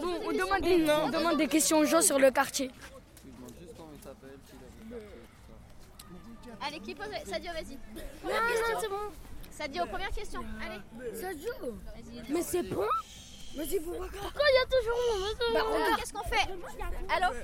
on, on demande des, on demande des questions aux gens sur le quartier. Allez, qui pose Sadio, vas-y. Non, non, c'est bon. Sadio, première question. Allez, Ça se joue. vas-y. Mais c'est bon. Mais c'est bon. Bah, on- Qu'est-ce qu'on fait Allô